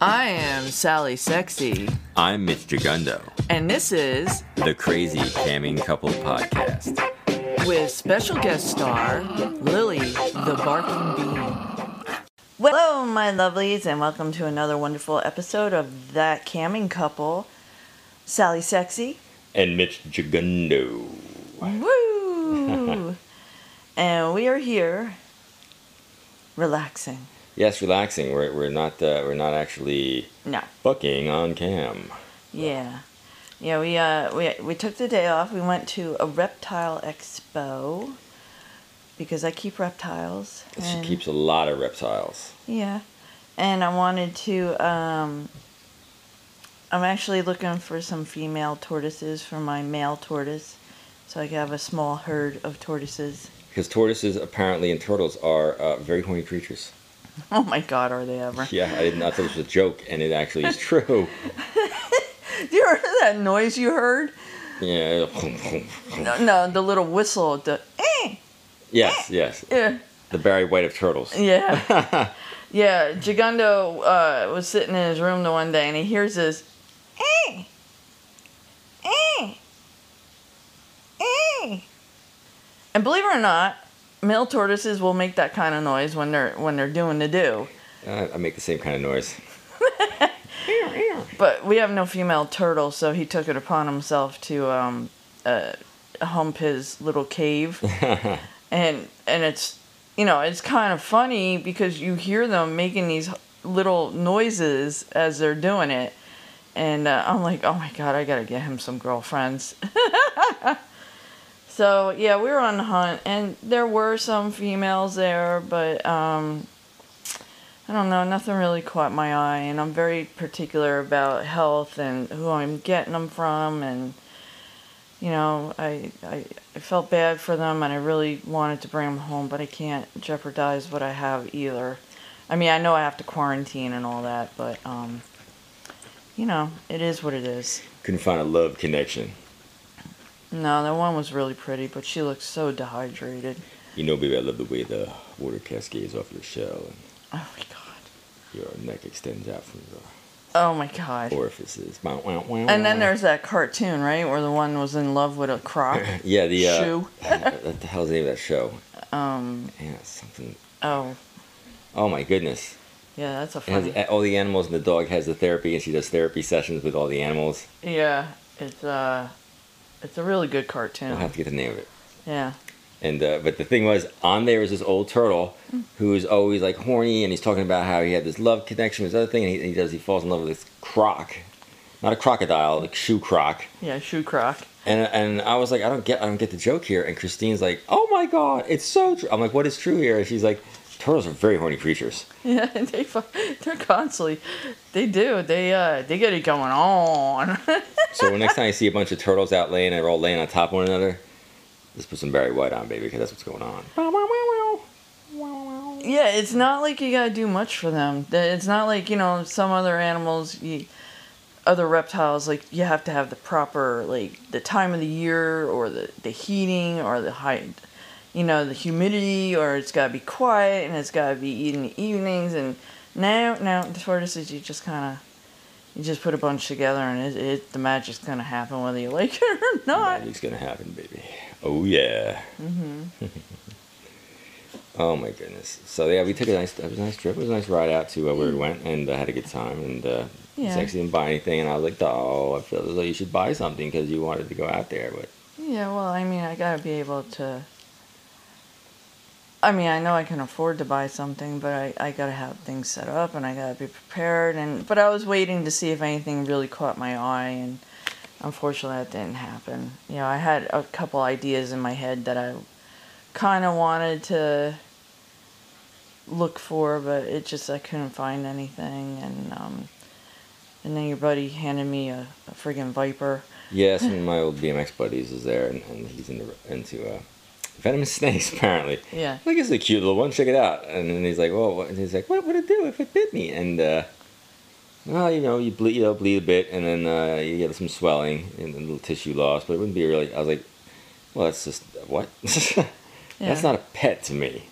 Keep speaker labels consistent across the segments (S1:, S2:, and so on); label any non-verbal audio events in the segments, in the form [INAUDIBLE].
S1: I am Sally Sexy,
S2: I'm Mitch Gigundo,
S1: and this is
S2: the Crazy Camming Couple Podcast.
S1: with special guest star Lily the Barking Bean.
S3: Hello, my lovelies, and welcome to another wonderful episode of That Camming Couple. Sally Sexy.
S2: And Mitch Gigundo.
S3: Woo! [LAUGHS] and we are here relaxing.
S2: Yes, relaxing. We're, we're not uh, we're not actually
S3: No.
S2: fucking on cam.
S3: Yeah. Yeah, we uh we we took the day off. We went to a reptile expo because I keep reptiles.
S2: She
S3: and-
S2: keeps a lot of reptiles.
S3: Yeah. And I wanted to um I'm actually looking for some female tortoises for my male tortoise so I can have a small herd of tortoises. [LAUGHS]
S2: Because tortoises apparently and turtles are uh, very horny creatures.
S3: Oh my god, are they ever? [LAUGHS]
S2: Yeah, I didn't. I thought it was a joke, and it actually is true.
S3: Do you hear that noise you heard?
S2: [LAUGHS] Yeah.
S3: No, no the little whistle, the eh,
S2: Yes, yes.
S3: yeah.
S2: The Barry White of turtles. [LAUGHS]
S3: Yeah. yeah, Gigundo uh, was sitting in his room the one day and he hears this eh, eh, eh. And believe it or not, male tortoises will make that kind of noise when they're when they're doing the do.
S2: I, I make the same kind of noise. [LAUGHS]
S3: But we have no female turtle, so he took it upon himself to um, uh, hump his little cave. and and it's you know it's kind of funny because you hear them making these little noises as they're doing it, and uh, I'm like, oh my god, I gotta get him some girlfriends. [LAUGHS] so yeah, we were on the hunt, and there were some females there, but um, I don't know, nothing really caught my eye, and I'm very particular about health and who I'm getting them from, and you know, I, I I felt bad for them, and I really wanted to bring them home, but I can't jeopardize what I have either. I mean, I know I have to quarantine and all that, but um, you know, it is what it is.
S2: Couldn't find a love connection.
S3: No, that one was really pretty, but she looked so dehydrated.
S2: You know, baby, I love the way the water cascades off your shell and
S3: Oh my god.
S2: your neck extends out from your
S3: Oh my god.
S2: orifices. Bow, wow, wow,
S3: And then
S2: wow.
S3: there's that cartoon, right, where the one was in love with a croc.
S2: [LAUGHS] yeah the uh,
S3: shoe.
S2: [LAUGHS] what the hell's the name of that show?
S3: Um.
S2: Yeah, something.
S3: Oh,
S2: Oh my goodness!
S3: yeah, that's a
S2: It has
S3: funny.
S2: a- all the animals, and the dog has the therapy, and she does therapy sessions with all the animals.
S3: yeah, it's uh, it's a really good cartoon.
S2: I'll have to get the name of it.
S3: Yeah.
S2: And uh, but the thing was, on there was this old turtle
S3: Hmm.
S2: who's always like horny, and he's talking about how he had this love connection with this other thing, and he, and he does he falls in love with this croc, not a crocodile, like shoe croc.
S3: Yeah, shoe croc.
S2: And and I was like, I don't get, I don't get the joke here. And Christine's like, Oh my god, it's so true. I'm like, What is true here? And she's like, Turtles are very horny creatures.
S3: [LAUGHS] Yeah, they fu- they're constantly, they do they uh they get it going on. [LAUGHS]
S2: So next time you see a bunch of turtles out laying, they're all laying on top of one another. Let's put some Barry White on, baby, because that's what's going on.
S3: yeah, it's not like you gotta do much for them. Th- It's not like you know some other animals, you, other reptiles. Like you have to have the proper like the time of the year or the the heating or the height, you know the humidity or it's gotta be quiet and it's gotta be eaten in the evenings. And now now the tortoises you just kind of. You just put a bunch together and it, it the magic's gonna happen whether you like it or [LAUGHS] not.
S2: Magic's gonna happen, baby. Oh yeah. [LAUGHS] oh my goodness. So yeah, we took a nice, it was a nice trip. It was a nice ride out to uh, where we went, and uh, had a good time. And uh,
S3: Yeah.
S2: Sexy didn't buy anything, and I was like, oh, I feel as though you should buy something because you wanted to go out there, but
S3: Yeah, well, I mean, I gotta be able to. I mean, I know I can afford to buy something, but I, I gotta have things set up and I gotta be prepared. And but I was waiting to see if anything really caught my eye, and unfortunately, that didn't happen. You know, I had a couple ideas in my head that I kind of wanted to look for, but it just I couldn't find anything. And um, and then your buddy handed me a, a friggin' viper.
S2: yes, one of my old BMX buddies is there, and, and he's into into uh, venomous [LAUGHS] snakes apparently.
S3: Yeah.
S2: Like it's a cute little one. Check it out. And then he's like, "Well," what? and he's like, "What would it do if it bit me?" And uh, well, you know, you bleed, you know, bleed a bit, and then uh, you get some swelling and a little tissue loss, but it wouldn't be really. I was like, "Well, that's just what." [LAUGHS]
S3: Yeah.
S2: That's not a pet to me.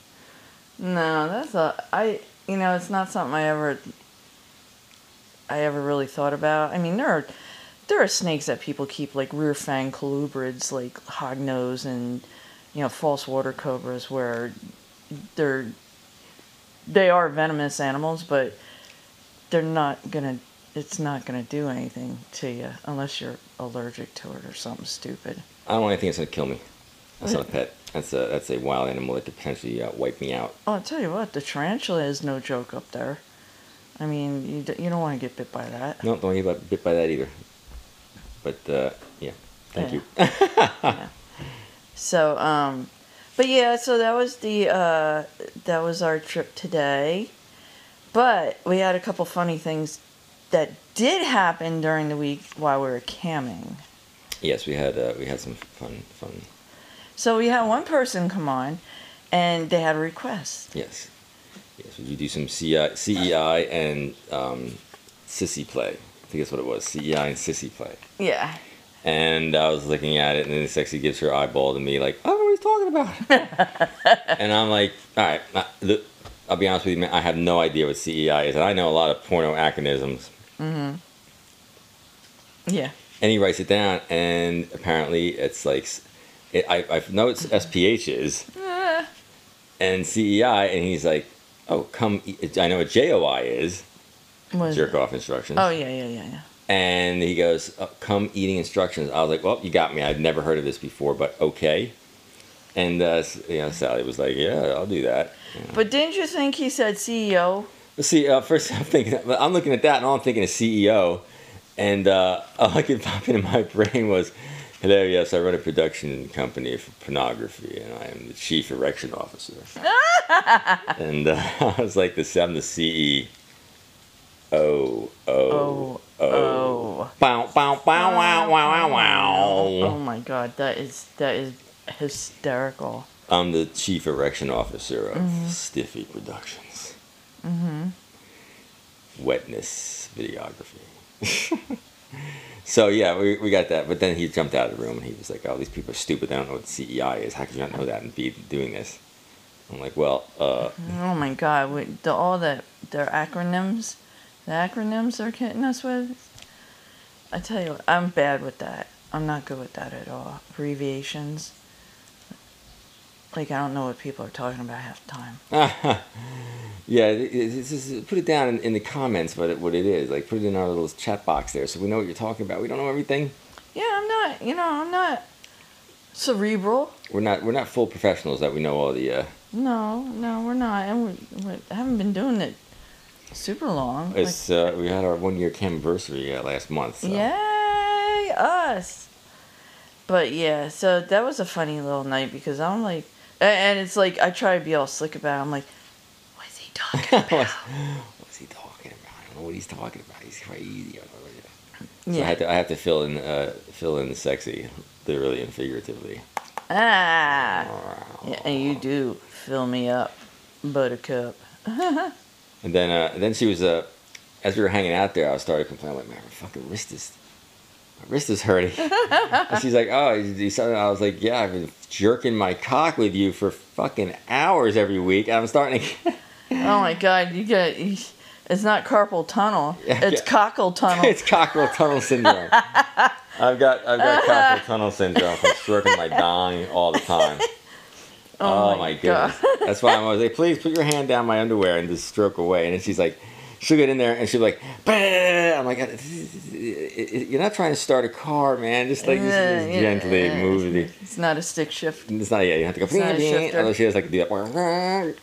S3: No, that's a I. You know, it's not something I ever I ever really thought about. I mean, there are there are snakes that people keep like rear fang colubrids, like hognose and you know false water cobras, where they're they are venomous animals, but they're not gonna. It's not gonna do anything to you unless you're allergic to it or something stupid.
S2: I don't want anything that's gonna kill me. That's not a pet. That's a that's a wild animal that could potentially uh, wipe me out.
S3: Oh, I'll tell you what, the tarantula is no joke up there. I mean, you, d- you don't want to get bit by that.
S2: No, don't get bit- bit by that either. But uh, yeah, thank you. [LAUGHS]
S3: So, um, but yeah, so that was the uh, that was our trip today. But we had a couple funny things that did happen during the week while we were camming.
S2: Yes, we had uh, we had some fun fun.
S3: So we had one person come on, and they had a request.
S2: Yes, yes. We do some CI, CEI E and um, sissy play. I think that's what it was. CEI and sissy play.
S3: Yeah.
S2: And I was looking at it, and then Sexy gives her eyeball to me, like, I don't know what he's talking [LAUGHS] about. and I'm like, all right, I- look, I'll be honest with you, man, I have no idea what CEI is. And I know a lot of porno acronyms.
S3: Yeah.
S2: And he writes it down, and apparently it's like, s- it, I, I know it's SPH is,
S3: Eh,
S2: and CEI, and he's like, oh, come, eat- I know what JOI is,
S3: was-
S2: jerk off instructions.
S3: Oh yeah, yeah, yeah, yeah.
S2: And he goes, "Uh, "Come eating instructions." I was like, "Well, you got me. I've never heard of this before, but okay." And uh, s- you know, Sally was like, "Yeah, I'll do that."
S3: But didn't you think he said E CEO?
S2: But see, uh, first [LAUGHS] I'm thinking, I'm looking at that, and all I'm thinking is CEO, and uh, [LAUGHS] all I could pop into my brain was, "Hello, yes, I run a production company for pornography, and I am the chief
S3: [LAUGHS]
S2: erection officer." and uh, [LAUGHS] I was like, "This, I'm the E CEO." Oh, oh,
S3: Oh, oh.
S2: Bow, bow, bow, wow, wow, wow,
S3: Oh
S2: wow.
S3: my god, that is that is hysterical.
S2: I'm the chief erection officer of Stiffy Productions. Mm-hmm. Wetness videography. [LAUGHS] so yeah, we, we got that. But then he jumped out of the room and he was like, "Oh, these people are stupid. They don't know what CEI is. How could you not know that and be doing this?" I'm like, "Well, uh, [LAUGHS]
S3: Oh my god, with the, all the their acronyms, the acronyms they're hitting us with. I tell you, what, I'm bad with that. I'm not good with that at all. Abbreviations. Like I don't know what people are talking about half the time.
S2: yeah, it- it- it's just- put it down in, in the comments what it, what it is. Like, put it in our little chat box there, so we know what you're talking about. We don't know everything.
S3: Yeah, I'm not. You know, I'm not cerebral.
S2: We're not we're not full professionals that we know all the." Uh,
S3: No, no, we're not, and we, we haven't been doing it super long. Like,
S2: It's uh, we had our one year anniversary uh, last month. So. [LAUGHS]
S3: Yay, us. But yeah, so that was a funny little night because I'm like, a- and it's like I try to be all slick about. it. I'm like, what's he
S2: [LAUGHS]
S3: talking
S2: what's,
S3: about?
S2: what's he talking about? I don't know what he's talking about. He's crazy. So I
S3: yeah.
S2: had to I have to fill in uh, fill in sexy, literally and figuratively.
S3: Ah. Yeah, and you do fill me up, buttercup.
S2: And then uh, then she was uh, as we were hanging out there, I started complaining like, man, my fucking wrist is my wrist
S3: [LAUGHS]
S2: is hurting. and she's like, oh, you do something. I was like, yeah, I've been jerking my cock with you for fucking hours every week. I'm starting to.
S3: Oh my god, you got. It's not carpal tunnel.
S2: [LAUGHS] Yeah,
S3: It's
S2: yeah.
S3: cockle [LAUGHS] tunnel.
S2: [LAUGHS] it's cockerel tunnel syndrome. I've got I've got cockerel tunnel syndrome from stroking my dong all the time. Oh,
S3: [LAUGHS] Oh my
S2: my goodness.
S3: [LAUGHS]
S2: That's why I'm always like, please put your hand down my underwear and just stroke away. And then she's like, she'll get in there and she'll be like, "Bah." I'm like, you're not trying to start a car, man. Just like just,
S3: Yeah,
S2: just
S3: yeah,
S2: gently
S3: Uh, yeah.
S2: move the.
S3: It's not a stick shift.
S2: It's not yeah. You have to go.
S3: not a shifter.
S2: Although she has like to do
S3: [LAUGHS]
S2: that.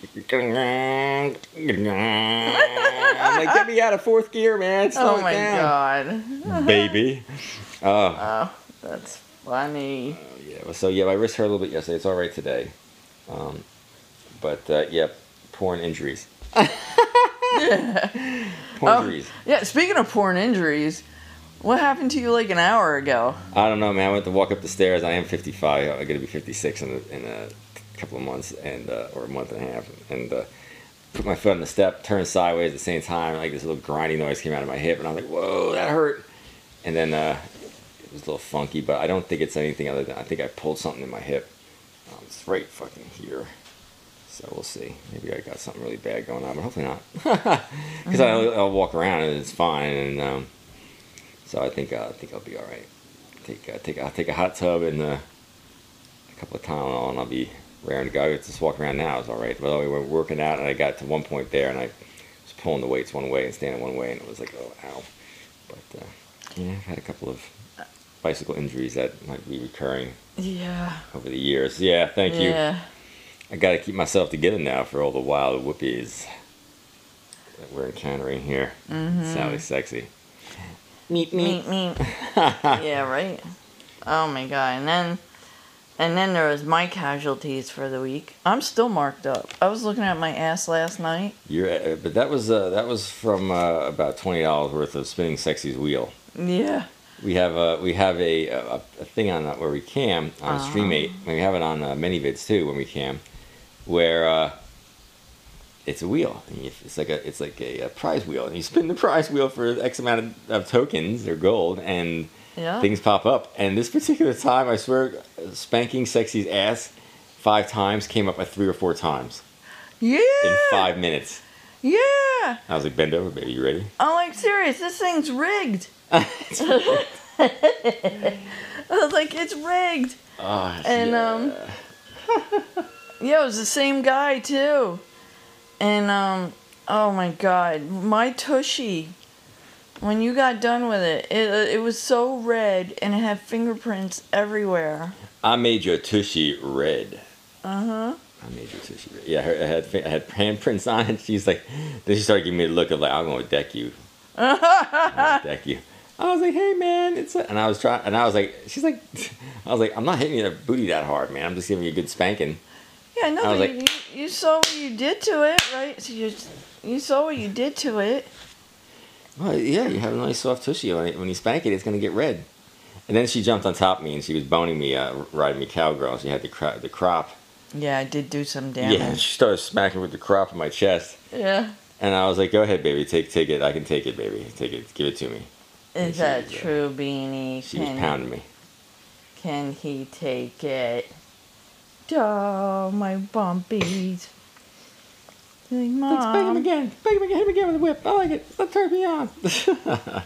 S2: I'm like, get me out of fourth gear, man. Slow
S3: oh
S2: it
S3: my
S2: down
S3: god,
S2: [LAUGHS] baby. Oh,
S3: that's funny.
S2: yeah. So yeah, my wrist hurt a little bit yesterday. It's all right today, um, but uh, yeah, porn injuries. porn
S3: Oh.
S2: injuries.
S3: Yeah, speaking of porn injuries, what happened to you like an hour ago?
S2: I don't know, man. I went to walk up the stairs. I am 55. I'm gonna be 56 in a, in a couple of months, and uh, or a month and a half, and. Uh, Put my foot on the step, turned sideways at the same time. Like this little grinding noise came out of my hip, and I was like, "Whoa, that hurt!" And then uh, it was a little funky, but I don't think it's anything other than I think I pulled something in my hip. Um, it's right fucking here. So we'll see. Maybe I got something really bad going on, but hopefully not. [LAUGHS] Because I'll, I'll walk around and it's fine, and um, so I think uh, I think I'll be all right. Take uh, take I'll take a hot tub and uh, a couple of Tylenol, and I'll be raring to go. Just walking around now is all right. But we were working out, and I got to one point there, and I was pulling the weights one way and standing one way, and it was like, oh, ow. But uh, yeah, I've had a couple of bicycle injuries that might be recurring
S3: Yeah.
S2: over the years. Yeah, thank you.
S3: yeah.
S2: [LAUGHS] I gotta keep myself together now for all the wild whoopies that we're encountering here. Sally Sexy. Meet
S3: Meep meep. yeah, right. Oh my god. And then and then there was my casualties for the week. I'm still marked up. I was looking at my ass last night.
S2: You're, uh, but that was uh, that was from uh, about twenty dollars worth of spinning sexy's wheel.
S3: Yeah.
S2: We have a we have a, a, a thing on that where we cam on Streamate. and We have it on uh, many vids too when we cam, where uh, it's a wheel. And you, it's like a it's like a, a prize wheel, and you spin the prize wheel for X amount of, of tokens or gold, and
S3: Yeah.
S2: things pop up. And this particular time, I swear, spanking sexy's ass five times came up at three or four times
S3: yeah.
S2: in five minutes.
S3: Yeah.
S2: I was like, bend over, baby, you ready?
S3: I'm like serious. This thing's
S2: [LAUGHS]
S3: rigged. [LAUGHS] I was like, it's rigged.
S2: Ah,
S3: And
S2: yeah.
S3: um Yeah, it was the same guy too. And um oh my god, my tushy. When you got done with it, uh, it it was so red and it had fingerprints everywhere.
S2: I made your tushy red.
S3: Uh-huh.
S2: I made your tushy red. Yeah, I heard- I had fa- I had handprints on it. [LAUGHS] She's like, then she started giving me a look of like, I'm gonna deck you. I'm
S3: [LAUGHS]
S2: gonna deck you. I was like, hey man, it's a-" and I was trying, and I was like, she's like, [LAUGHS] I was like, I'm not hitting your booty that hard, man. I'm just giving you a good spanking.
S3: Yeah, no,
S2: I was
S3: but
S2: like-
S3: you, you saw what you did to it, right? So you you saw what you did to it.
S2: Well, "Oh, yeah, you have a nice soft tushy on it. When you spank it, it's gonna get red. And then she jumped on top of me and she was boning me, uh, riding me cowgirl. She had the cro- the crop.
S3: Yeah, I did do some
S2: Yeah, and
S3: damage.
S2: she started smacking with the crop in my chest.
S3: Yeah.
S2: And I was like, "Go ahead, baby, take take it. I can take it, baby. Take it. Give it to me."
S3: Is
S2: Yeah, she
S3: that
S2: was, uh,
S3: true, Beanie?
S2: She was pounding me.
S3: Can he take it? Oh, my bumpies. Like,
S2: Let's bang him
S3: Mom.
S2: again. Bang him again. Hit him again with a whip. I like it. Let's turn me on. [LAUGHS]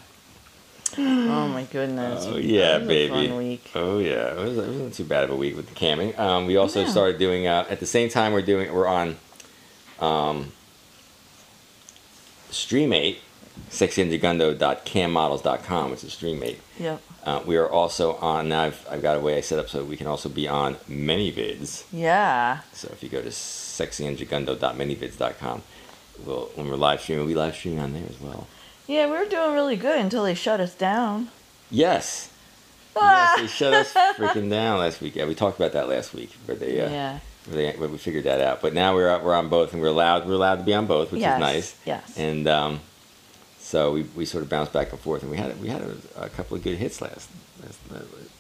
S3: Oh my goodness.
S2: Oh, yeah,
S3: That was a
S2: baby.
S3: Fun week.
S2: oh yeah, it, was, it wasn't too bad of a week with the camming. Um, we also
S3: Yeah.
S2: started doing uh, at the same time we're doing we're on, um, Streamate, sexyandjagundo.cammodels.com, which is Streamate.
S3: Yep.
S2: Uh, we are also on now. I've, I've got a way I set up so we can also be on many vids.
S3: Yeah.
S2: So if you go to sexyandjagundo.manyvids.com, we'll, when we're live streaming, we'll be live streaming on there as well.
S3: Yeah, we were doing really good until they shut us down. Ah!
S2: Yes. Yes, they
S3: [LAUGHS]
S2: shut us freaking down last week. Yeah, we talked about that last week, where they, uh,
S3: Yeah.
S2: where they where we figured that out. But now we're out, we're on both, and we're allowed we're allowed to be on both, which
S3: Yes,
S2: is nice.
S3: yes.
S2: And um, so we, we sort of bounced back and forth, and we had we had a, a couple of good hits last, last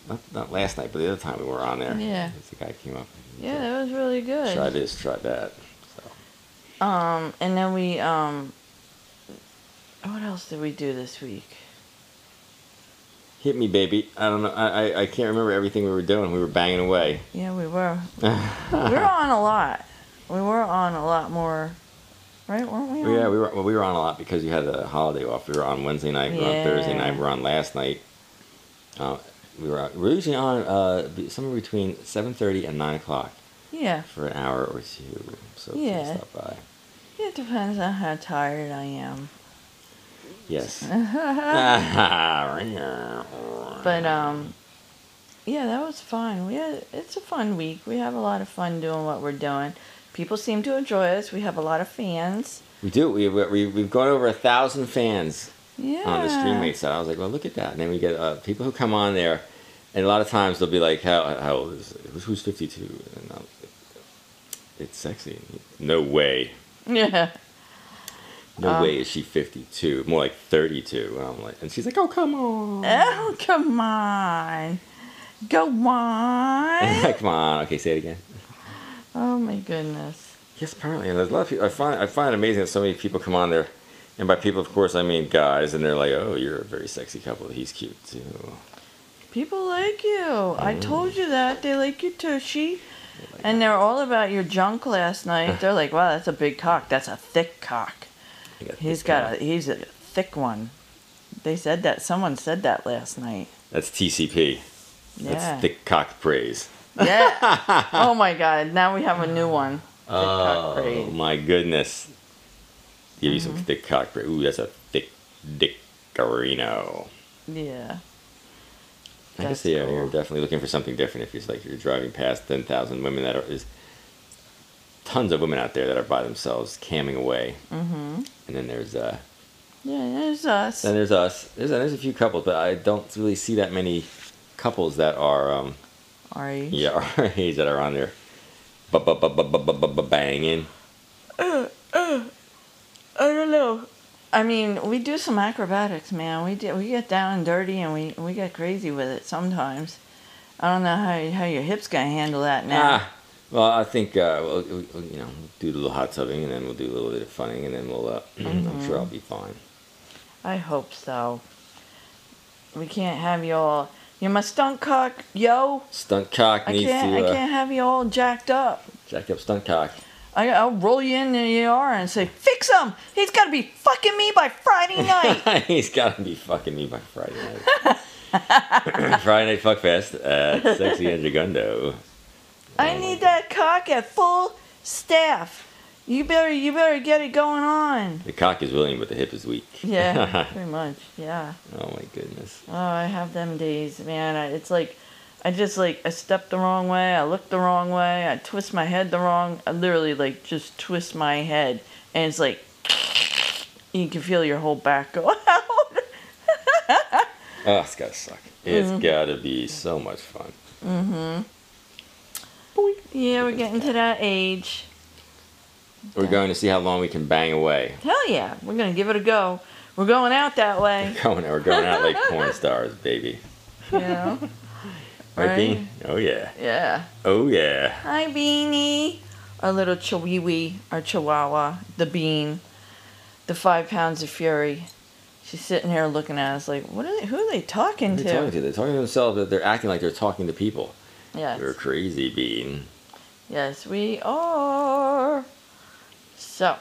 S2: not, not last night, but the other time we were on there.
S3: Yeah.
S2: the guy came up.
S3: Yeah, that was really good.
S2: Try this, try that. So.
S3: Um, and then we um, what else did we do this week?
S2: Hit me, baby. I don't know. I, I, I can't remember everything we were doing. We were banging away.
S3: Yeah, we
S2: [LAUGHS]
S3: were. we were on a lot. We were on a lot more, right? Weren't we?
S2: Yeah,
S3: on-
S2: we were well, we were on a lot because you had a holiday off. We were on Wednesday night. We were on Thursday
S3: Yeah.
S2: night. We were on last night. Uh, we were we were usually on uh, be- somewhere between seven thirty and nine o'clock
S3: Yeah.
S2: for an hour or two. So please
S3: Yeah.
S2: stop by.
S3: It depends on how tired I am.
S2: Yes.
S3: [LAUGHS]
S2: [LAUGHS]
S3: But um yeah, that was fun. We had it's a fun week. We have a lot of fun doing what we're doing. People seem to enjoy us. We have a lot of fans.
S2: we do. We, we we've gone over a thousand fans
S3: Yeah.
S2: on the StreamMate side. I was like, well, look at that. And then we get uh, people who come on there, and a lot of times they'll be like, how, how old is who's, who's 52? And I'll, it's sexy. No way.
S3: Yeah.
S2: No
S3: Uh.
S2: way is she 52. More like 32. And I'm like, and she's like, oh, come on. [LAUGHS]
S3: Oh come on. Go on.
S2: [LAUGHS] come on. Okay, say it again.
S3: oh my goodness.
S2: Yes, apparently. And there's a lot of people. I find I find it amazing that so many people come on there, and by people, of course, I mean guys, and they're like, "Oh, you're a very sexy couple. He's cute too."
S3: People like you. I told you that. They like your tushy. And they're all about your junk last night. They're like, wow, that's a big cock. That's a thick cock.
S2: I got
S3: He's
S2: this
S3: got a
S2: guy.
S3: he's a thick one. They said that someone said that last night.
S2: That's TCP.
S3: Yeah.
S2: That's thick cock praise. [LAUGHS]
S3: Yeah. oh my god, now we have a new one. Thick cock
S2: Oh
S3: parade.
S2: my goodness. Give you
S3: Mm-hmm.
S2: some thick cock praise. Ooh, that's a thick dick. Garino.
S3: Yeah.
S2: I can
S3: That's
S2: see how
S3: cool.
S2: you're definitely looking for something different if you're like you're driving past ten thousand women that are is tons of women out there that are by themselves camming away. Mm-hmm. And then there's uh
S3: Yeah, there's us.
S2: then there's us. There's there's a few couples, but I don't really see that many couples that are um [LAUGHS]
S3: Are you?
S2: yeah our age that are on there bu- bu- bu- bu- bu- bu- bu- bu- banging.
S3: I don't know. I mean, we do some acrobatics, man. We do, we get down and dirty and we, we get crazy with it sometimes. I don't know how how your hips gonna handle that now.
S2: Ah, well, I think uh, we'll, we'll- we'll, you know we'll do a little hot tubbing, and then we'll do a little bit of funning, and then we'll. Uh, [CLEARS THROAT]
S3: Mm-hmm.
S2: I'm sure I'll be fine.
S3: I hope so. We can't have you all. You're my stunt cock, yo.
S2: Stunt cock
S3: I
S2: needs
S3: can't
S2: to
S3: I
S2: uh,
S3: can't have you all jacked up.
S2: jack up stunt cock.
S3: I, I'll roll you in the ER and say, fix him. He's got to be fucking me by Friday
S2: [LAUGHS]
S3: night.
S2: He's got to be fucking me by Friday night. Friday night [LAUGHS]
S3: [LAUGHS]
S2: fuckfest at Sexy and Gigundo.
S3: I need that cock at full staff. You better, you better get it going on.
S2: The cock is willing, but the hip is weak.
S3: Yeah, pretty much. Yeah.
S2: [LAUGHS] oh my goodness.
S3: Oh, I have them days, man. I, it's like, I just like I step the wrong way. I look the wrong way. I twist my head the wrong. I literally like just twist my head, and it's like you can feel your whole back go [LAUGHS] out.
S2: Oh, it's gotta suck. It's
S3: Mm-hmm.
S2: gotta be so much fun.
S3: yeah, we're getting to that age.
S2: We're going to see how long we can bang away.
S3: Hell yeah, we're gonna give it a go. We're going out that
S2: [LAUGHS]
S3: way.
S2: Going, we're going out like porn stars, baby.
S3: [LAUGHS] You know?
S2: Right,
S3: Right.
S2: Bean? Oh yeah.
S3: yeah.
S2: Oh yeah.
S3: Hi, Beanie. Our little chihuahua, our chihuahua, the bean, the five pounds of fury. She's sitting here looking at us like, what are they, who are they talking
S2: They're
S3: to?
S2: talking to they're talking to themselves, but they're acting like they're talking to people.
S3: Yes.
S2: You're crazy, Bean.
S3: Yes, we are. So,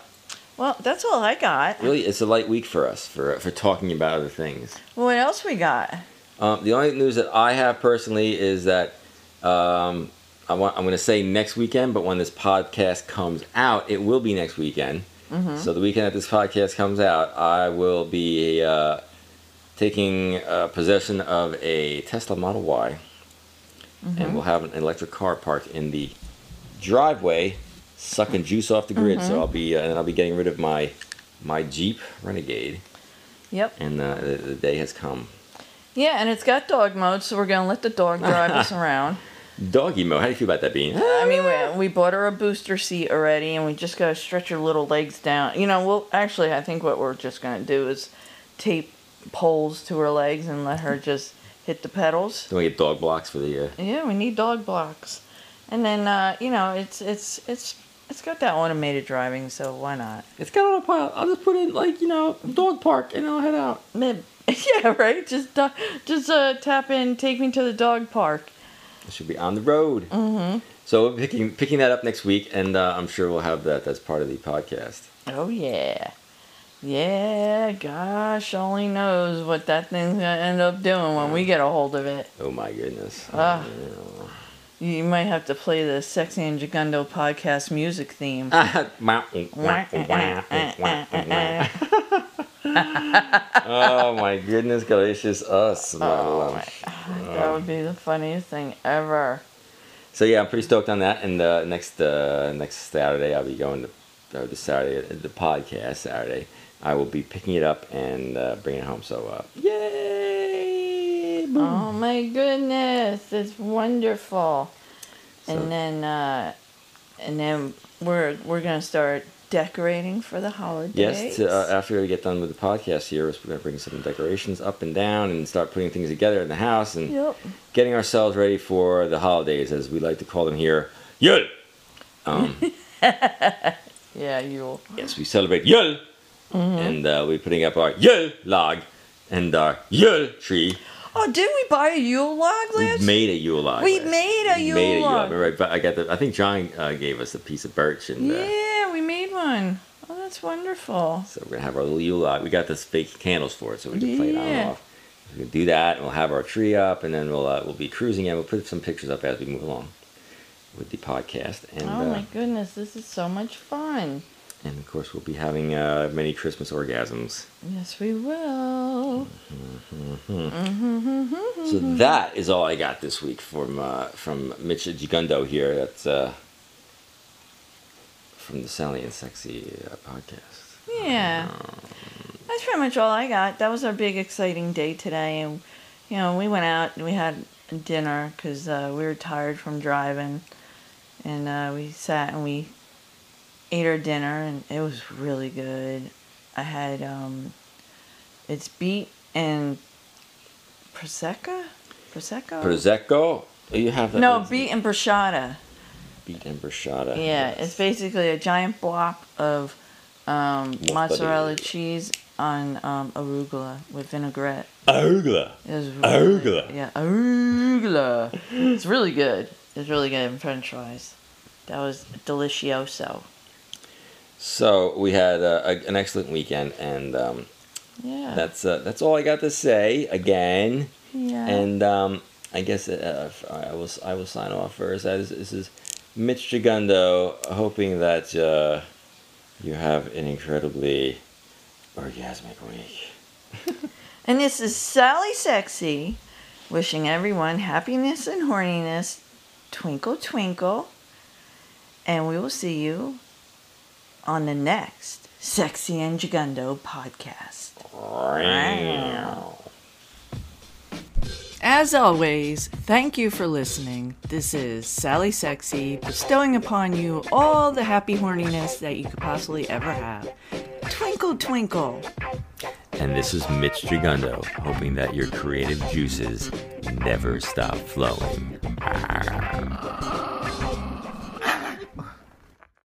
S3: well, that's all I got.
S2: Really, it's a light week for us for for talking about other things.
S3: What else we got?
S2: Um, the only news that I have personally is that um, I want, I'm going to say next weekend, but when this podcast comes out, it will be next weekend. So the weekend that this podcast comes out, I will be uh, taking uh, possession of a Tesla Model Y, and we'll have an electric car parked in the driveway, sucking juice off the grid. So I'll be uh, and I'll be getting rid of my my Jeep Renegade,
S3: Yep.
S2: and uh, the, the day has come.
S3: Yeah, and it's got dog mode, so we're going to let the dog drive us around.
S2: Doggy mode. How do you feel about that, Bean?
S3: I mean, we, we bought her a booster seat already, and we just gotta stretch her little legs down. You know, well, actually, I think what we're just gonna do is tape poles to her legs and let her just hit the pedals.
S2: Do we get dog blocks for the? Uh,
S3: Yeah, we need dog blocks, and then uh, you know, it's it's it's it's got that automated driving, so why not?
S2: it's got autopilot. I'll just put in like you know dog park and I'll head out.
S3: Mib- [LAUGHS] Yeah, right. Just do- just uh, tap in, take me to the dog park.
S2: It should be on the road. Mm-hmm. So we're picking picking that up next week, and uh, I'm sure we'll have that. That's part of the podcast.
S3: Oh yeah. Yeah, gosh, only knows what that thing's gonna end up doing when
S2: Mm.
S3: we get a hold of it.
S2: Oh my goodness. [LAUGHS]
S3: Ah.
S2: Oh.
S3: You might have to play the Sexy and Gigundo podcast music theme.
S2: Uh,
S3: [LAUGHS] eh, [LAUGHS]
S2: oh my goodness gracious us. my
S3: Oh
S2: love.
S3: that would be the funniest thing ever.
S2: So yeah, I'm pretty stoked on that. And uh, next uh, next Saturday, I'll be going to or the Saturday uh, the podcast Saturday. I will be picking it up and uh, bringing it home. So uh, yay! Boom.
S3: Oh my goodness, it's wonderful.
S2: So-
S3: And then, uh, and then we're we're gonna start decorating for the holidays.
S2: Yes, to, uh, after we get done with the podcast here, we're going to bring some decorations up and down and start putting things together in the house and
S3: yep.
S2: getting ourselves ready for the holidays, as we like to call them here. Yule. Um,
S3: Yeah, you'll.
S2: yes, we celebrate Yule, and uh, we're putting up our Yule log and our Yule tree.
S3: Oh, did we buy a Yule log
S2: We
S3: last?
S2: made a Yule log.
S3: We
S2: last-
S3: made a
S2: we
S3: Yule log.
S2: Right, but I got the. I think John uh, gave us a piece of birch, and uh,
S3: yeah, we made one. Oh, that's wonderful.
S2: so we're gonna have our little Yule log. We got this fake candles for it, so we can play it on and
S3: Yeah.
S2: off. We can do that, and we'll have our tree up, and then we'll uh, we'll be cruising, and we'll put some pictures up as we move along with the podcast, and
S3: oh
S2: uh,
S3: my goodness, this is so much fun.
S2: and of course we'll be having uh, many Christmas orgasms.
S3: Yes, we will.
S2: Mm-hmm.
S3: Mm-hmm,
S2: So that is all I got this week from uh, from Mitch Gigundo here. That's uh, from the Sally and Sexy uh, podcast.
S3: Yeah. That's pretty much all I got. That was our big exciting day today, and you know we went out and we had dinner because uh, we were tired from driving, and uh, we sat and we ate our dinner, and it was really good. I had um, it's beet and prosecco, prosecco.
S2: Prosecco. You have that
S3: no,
S2: with
S3: beet and bruschetta.
S2: beet and bruschetta.
S3: Yeah, it's basically a giant block of um,
S2: Mozzarella.
S3: mozzarella cheese on um, arugula with vinaigrette.
S2: arugula.
S3: It was really,
S2: Arugula.
S3: Yeah, arugula. it's really good. It's really good in French fries. That was delicioso.
S2: So we had uh, a, an excellent weekend, and um,
S3: Yeah.
S2: that's uh, that's all I got to say. Again,
S3: yeah.
S2: and um, I guess uh, if I will I will sign off first. That is, this is Mitch Gigundo, hoping that uh, you have an incredibly orgasmic week.
S3: And this is Sally Sexy wishing everyone happiness and horniness. Twinkle, twinkle. And we will see you on the next Sexy and Gigundo podcast.
S1: As always, thank you for listening. This is Sally Sexy bestowing upon you all the happy horniness that you could possibly ever have. Twinkle, twinkle.
S2: And this is Mitch Gigundo, hoping [LAUGHS] that your creative juices never stop flowing.